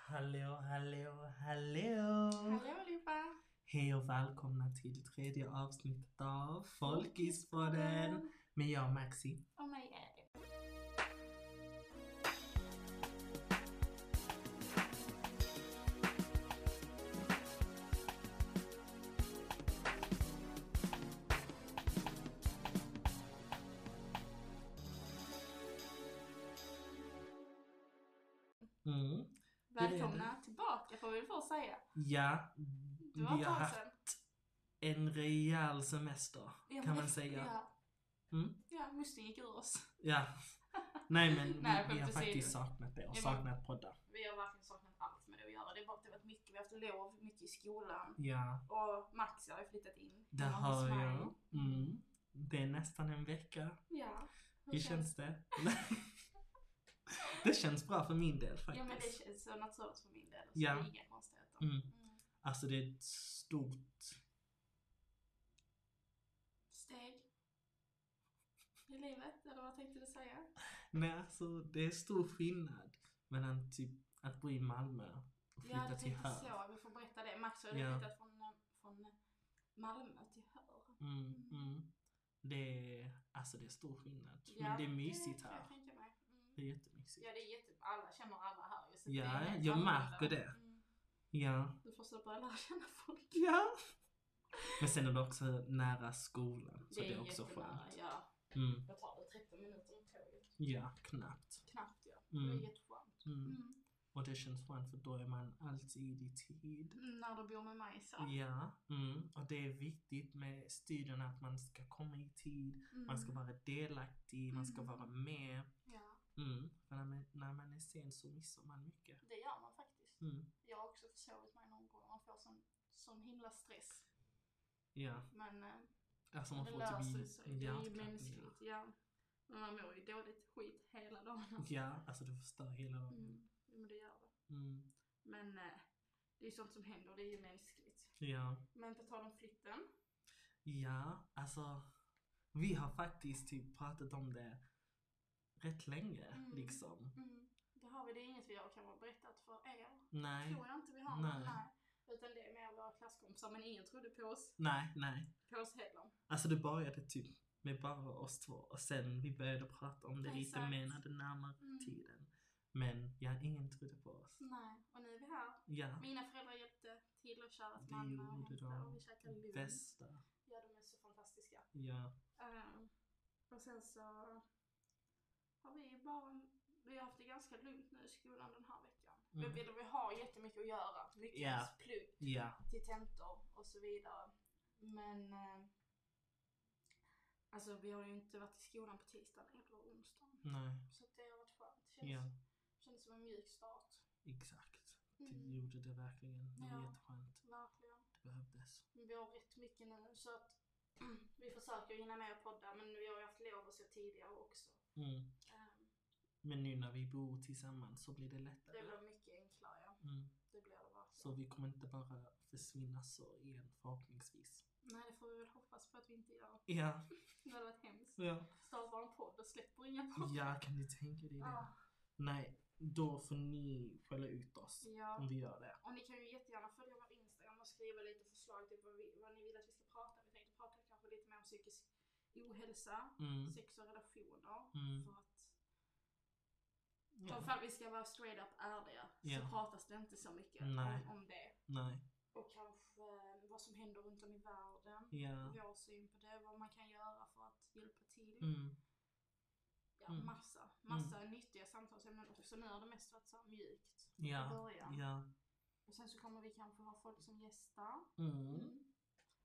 Hallå, hallå, hallå! Hallå allihopa! Hej och välkomna till tredje avsnittet av Folkispodden med jag Maxi. Och Mm. mig Elin. Mm. Välkomna tillbaka får vi väl först säga. Ja, Det var vi ett har tag haft sedan. en rejäl semester Ja, kan men- man säga. Ja, Mm? ja musten gick ur oss. Ja. Nej men vi, Nej, vi har skämt åsido. faktiskt saknat det och Ja, men- saknat poddar. Vi har verkligen saknat allt med det att göra. Det är bara att det har varit mycket. Vi har haft lov, mycket i skolan. Ja, Och Max har ju flyttat in. det hemma hos hör mig. jag. Mm. Det är nästan en vecka. Ja. Hur känns det? det känns bra för min del faktiskt. Ja men det känns så naturligt för min del. Så Ja. det är inga konstigheter. Mm. Mm. Alltså det är ett stort... Steg. I livet, eller vad tänkte du säga? Nej alltså det är stor skillnad mellan typ att bo i Malmö och flytta ja, du till tänkte Höör. så. Vi får berätta det. Max har Ja. ju flyttat från, eh, från eh, Malmö till Höör. Mm, mm. Det är, alltså det är stor skillnad. Ja, Men det är mysigt kan jag här. tänka mig. Mm. Det är jättemysigt. Ja, det är jätte... Alla känner alla här ju. så Ja, det är helt jag annorlunda. märker det. Mm. Ja. Du får så börja lära känna folk. Ja. Men sen är det också nära skolan. Så det är, också jättenära, skönt. Ja. Mm. Jag tar det 13 minuter med tåget. Ja, knappt. Knappt ja. Det Mm. är jätteskönt. Mm. Mm. Och det känns skönt för då är man alltid i tid. Mm, När du bor med mig så. Ja, mm. och det är viktigt med studierna att man ska komma i tid, Mm. man ska vara delaktig, man ska Mm. vara med. Ja, Mm. För när, man, när man är sen så missar man mycket. det gör man faktiskt. Mm. Jag har också försovit mig någon gång. Man får sån, sån himla stress. Ja, Men eh, alltså man det får typ löser i- sig. Det är ju hjärtklappningar. mänskligt. Ja. Men man mår ju dåligt skit hela dagen. Ja, alltså du förstör hela dagen. Mm. Jo, men det gör det. Mm. Men eh, det är ju sånt som händer, det är ju mänskligt. Ja. Men på tal om flytten. ja, alltså vi har faktiskt typ pratat om det rätt länge Mm. liksom. Det har vi, det är inget vi har kanske berättat för er. Nej, Tror jag inte vi har. Nej. Utan det är mer våra klasskompisar, men ingen trodde på oss. nej, nej. På oss heller. Alltså det började typ med bara oss två och sen vi började prata om det lite Exakt. mer när det närmare Mm. tiden. Men ja, ingen trodde på oss. Nej, och nu är vi här. Ja, Mina föräldrar hjälpte till att köra till Det Malmö och gjorde hämta de. och vi käkade lunch. bästa. Ja, de är så fantastiska. Ja, Ehm, och sen så har vi ju bara vi har haft det ganska lugnt nu i skolan den här veckan. Mm. Vi, vill, vi har jättemycket att göra. Mycket Ja. plugg ja, till tentor och så vidare. Men eh, alltså vi har ju inte varit i skolan på tisdagen eller onsdagen. nej, Så att det har varit skönt. Det känns, ja, kändes som en mjuk start. exakt. Det Mm, gjorde det verkligen. Det var Ja. jätteskönt. verkligen. Det behövdes. Men vi har rätt mycket nu så att vi försöker hinna med att podda men vi har ju haft lov och så tidigare också. Mm. Ehm, Men nu när vi bor tillsammans så blir det lättare. Det blir mycket enklare. ja. Mm. Det blir det verkligen. Så vi kommer inte bara försvinna så igen förhoppningsvis. Nej, det får vi väl hoppas på att vi inte gör. Ja, Det hade varit hemskt. ja. Startar en podd och släpper inga podd. ja kan ni tänka dig det? Ja. Nej, då får ni skälla ut oss om ja. vi gör det. Och ni kan ju jättegärna följa vår Instagram och skriva lite förslag till vad, vi, vad ni vill att vi ska prata om. Vi tänkte prata kanske lite mer om psykisk ohälsa, Mm. sex och relationer. Mm. För att Ja. ifall vi ska vara straight up ärliga Ja. så pratas det inte så mycket Nej. om, om det. Nej. Och kanske eh, vad som händer runt om i världen. Ja. Vår syn på det, vad man kan göra för att hjälpa till. Mm. Ja, Mm. massa. Massa nyttiga samtalsämnen också. Nu har det mest varit så här mjukt. i Ja. början. Ja. Och sen så kommer vi kanske ha folk som gästar. Mm.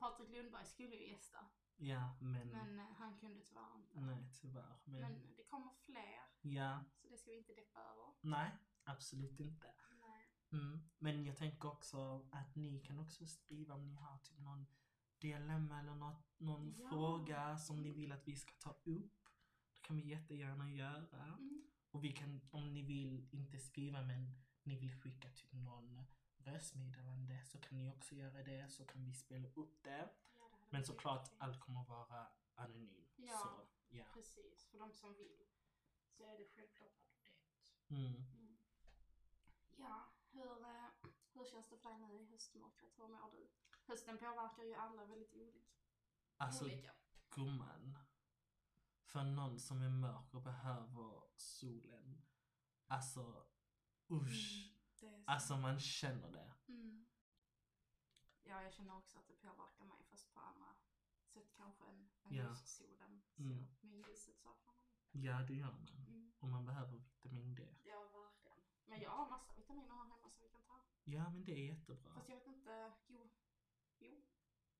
Patrik Lundberg skulle ju gästa, Ja, men, men eh, han kunde tyvärr inte. Mm. nej tyvärr. Men, Men det kommer fler, ja, så det ska vi inte deppa över. nej, absolut inte. Nej. Mm. Men jag tänker också att ni kan också skriva om ni har typ någon dilemma eller något, någon Ja. fråga som ni vill att vi ska ta upp. Det kan vi jättegärna göra. Mm. Och vi kan, om ni vill, inte skriva men ni vill skicka typ någon röstmeddelande så kan ni också göra det så kan vi spela upp det. Ja, det hade Men varit såklart, jättefint. allt kommer vara anonymt. Ja. Så, ja. Precis, för de som vill så är det självklart anonymt. Mm. Ja, hur, för dig nu i höstmörkret? Hur mår du? Hösten påverkar ju alla väldigt olika. Alltså olika. gumman. För någon som är mörk och behöver solen. Alltså usch. Mm, det är så. Alltså man känner det. Mm. Ja, jag känner också att det påverkar mig fast på andra sätt kanske än, än Ja. just solen. Så, Mm. Men ljuset saknar man. Ja det gör man. Mm. Och man behöver vitamin D. Ja, verkligen. Men jag har massa vitaminer här hemma som vi kan ta. Ja men det är jättebra. Fast jag vet inte, jo. Jo.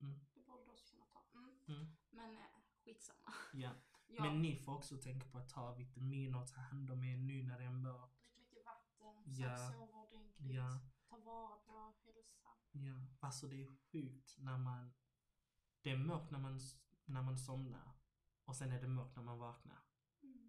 Mm. Det borde du också kunna ta. Mm. Mm. Men eh, skitsamma. Ja. Ja, Men ni får också tänka på att ta vitaminer och ta hand om er nu när det är mörkt. drick mycket vatten, Ja. sov sover ordentligt, Ja. ta vara på hälsan. Ja. Alltså det är sjukt när man... Det är mörkt när man, när man somnar. Och sen är det mörkt när man vaknar. Mm.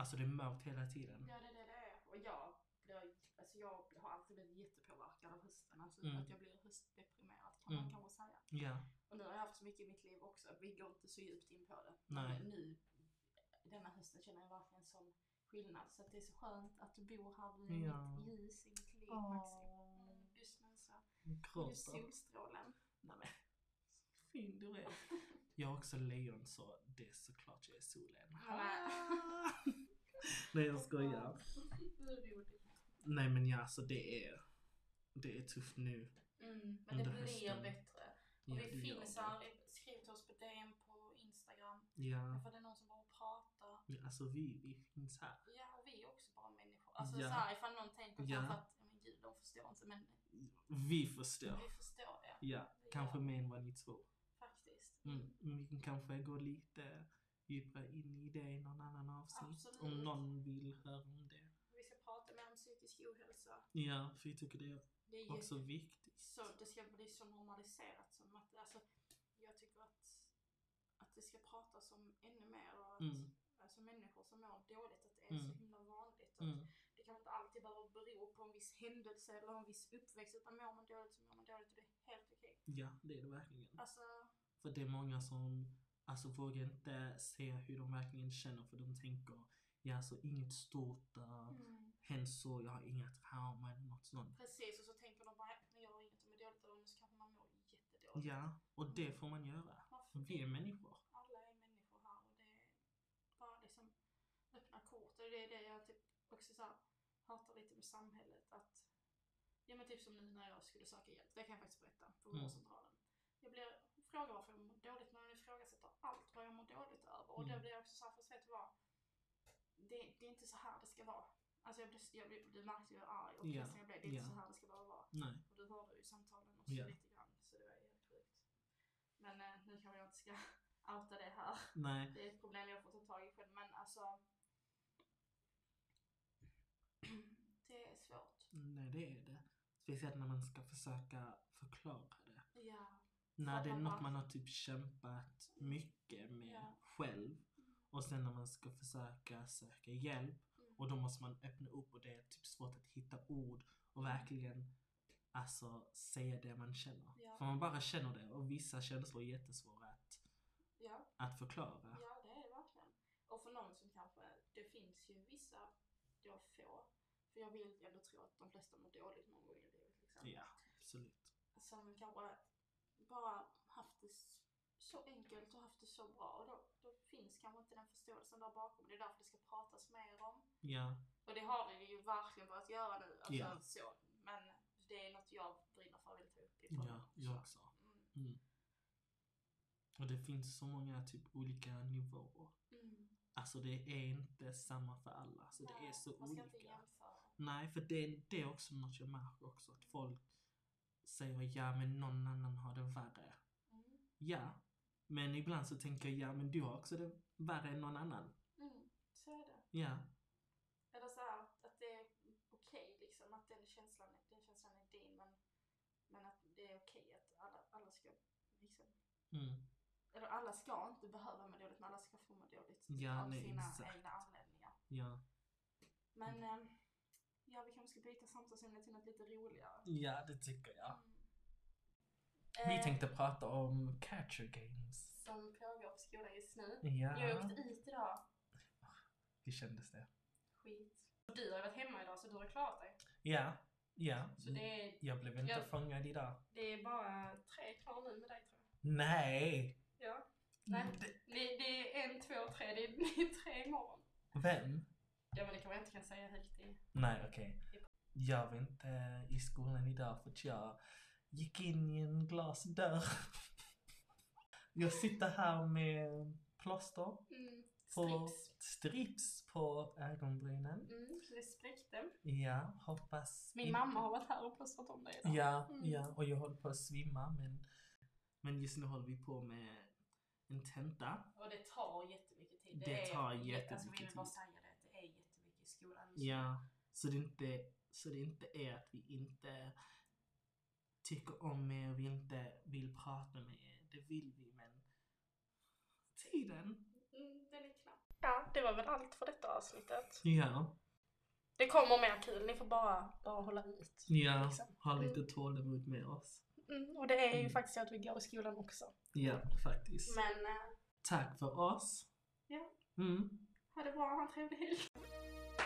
Alltså det är mörkt hela tiden. Ja, det är det det är. Och jag, blir, alltså jag har alltid blivit jättepåverkad av hösten. Alltså Mm. att jag blir höstdeprimerad kan man Mm. kanske säga. Ja. Och nu har jag haft så mycket i mitt liv också. Vi går inte så djupt in på det. Nej. Men nu, denna hösten känner jag verkligen sån skillnad. Så att det är så skönt att du bor här. Du är Ja. mitt ljus i mitt liv, Maxi. Mm, Just nu så. Du är Gråter. solstrålen. Nej men. Fin du är. Jag är också lejon så det är såklart jag är solen. Nej. Nej jag skojar. Du är rolig. Nej men ja alltså det är. Det är tufft nu. Mm, men det Under blir hösten. bättre. Ja, Och det vi gör finns det. här. Skriv till oss på DM på Instagram. Ja. För det är någon som bara pratar. Ja, Alltså vi, vi finns här. Ja, och vi är också bara människor. Alltså Ja. så här, ifall någon tänker Ja. kanske att, men gud, de förstår inte. Men Vi förstår. vi förstår det. Ja, Vi kanske gör mer än vad ni tror. det Faktiskt. Mm. Vi kan kanske gå lite djupare in i det i någon annan avsnitt. Om Absolut. någon vill höra om det. Vi ska prata mer om psykisk ohälsa. Ja, för vi tycker det är Det är ju också viktigt. så, det ska bli så normaliserat som att, alltså, jag tycker att, att det ska pratas om ännu mer och att Mm. alltså, människor som mår dåligt, att det är så Mm. himla vanligt. Och Mm. att det kan inte alltid behöva bero på en viss händelse eller en viss uppväxt, utan mår man dåligt så mår man dåligt och det är helt okej. Ja, det är det verkligen. Alltså, För det är många som alltså, vågar inte se hur de verkligen känner för de tänker ja, alltså inget stort har hänt så, jag har inga trauman eller något sånt. precis, och så tänker de bara, men jag har inget som är dåligt av så kanske man mår jättedåligt. Ja, och det får man göra. Varför Vi är människor. alla är människor här och det är bara liksom öppna kort. Och det är det jag typ också så här, hatar lite med samhället. Att, ja men typ som nu när jag skulle söka hjälp, det kan jag faktiskt berätta på Mm. vårdcentralen. Jag blir frågad varför jag mår dåligt men de ifrågasätter allt vad jag mår dåligt över. Och då Mm. blir jag också såhär, fast vet du vad? Det, det är inte så här det ska vara. Alltså jag blir, jag blir, du märkte hur arg och Ja, ledsen jag blev. Det är inte ja. så här det ska bara vara. Nej. Och du hörde ju samtalen också Ja. lite grann, så det var ju helt sjukt. Men eh, nu kanske jag inte ska outa det här. Nej. Det är ett problem jag får ta tag i själv, men alltså... Det är svårt. Nej, det är det. Speciellt när man ska försöka förklara det. Ja. När det är man något bara- man har typ kämpat mycket med Ja. själv och sen när man ska försöka söka hjälp Mm. och då måste man öppna upp och det är typ svårt att hitta ord och Mm. verkligen alltså säga det man känner. Ja. För man bara känner det och vissa känslor är jättesvåra att, Ja, att förklara. ja, det är det verkligen. Och för någon som kanske... Det finns ju vissa, då få, för jag vill ändå tro att de flesta mår dåligt någon gång i livet. Liksom. Ja, absolut. som kanske bara haft det s- så enkelt och haft det så bra och då, då finns kanske inte den förståelsen där bakom. Det är därför det ska pratas mer om. Ja, Och det har vi ju verkligen börjat göra nu. Alltså, Ja. så. Men det är något jag brinner för och vill ta upp i podden ja jag också. också. Mm. Och det finns så många typ olika nivåer. Mm. Alltså det är inte samma för alla. Så det är Nej, så Man ska olika. inte jämföra. Nej, för det, det är också något jag märker också. Att folk säger ja men någon annan har det värre. Mm. Ja, men ibland så tänker jag ja men du har också det värre än någon annan. Mm. Så är det. Ja, Eller så här, att det är okej liksom, att den känslan, den känslan är din men, men att det är okej att alla, alla ska liksom mm. Eller alla ska inte behöva må dåligt, men alla ska få må dåligt Ja, av nej, sina exakt. Mm. egna anledningar. ja. Men eh, ja, vi kanske ska byta samtalsämne till något lite roligare. Ja, det tycker jag. Mm. Vi Eh, tänkte prata om catcher games. Som pågår på skolan just nu. Jag Ja, åkte ut idag. hur kändes det? Skit. Du har varit hemma idag så du har klarat dig. Ja, Ja. Så det är, Jag blev inte Ja. fångad idag. det är bara tre kvar nu med dig tror jag. Nej! Ja. Nej. Det- Det, det är en, två, tre. Det är, det är tre imorgon. Vem? Ja men det kanske jag inte kan säga högt i. Nej, okej. Jag var inte i skolan idag för att jag gick in i en glasdörr. Jag sitter här med plåster Mm. på Strips. strips på ögonbrynen. Mm, så det sprickte. Ja, hoppas... Min in- mamma har varit här och plåstrat om dig idag. Ja, Mm. ja, och jag håller på att svimma men... Men just nu håller vi på med en tenta. Och det tar jättemycket tid. Det tar är, jättemycket alltså, Jag vill tid. bara säga det, att det är jättemycket i skolan just nu. Ja, så det inte, så det inte är att vi inte tycker om er, vi inte vill prata med er. Det vill vi, men tiden. Mm, den är knapp. Ja, det var väl allt för detta avsnittet. Ja, Det kommer mer kul, ni får bara, bara hålla ut. ja. Liksom. Ha lite tålamod med oss. Mm, och det är ju Mm. faktiskt så att vi går i skolan också. Ja, faktiskt. Men eh, Tack för oss. Ja. Mm. ha det bra, ha en trevlig helg.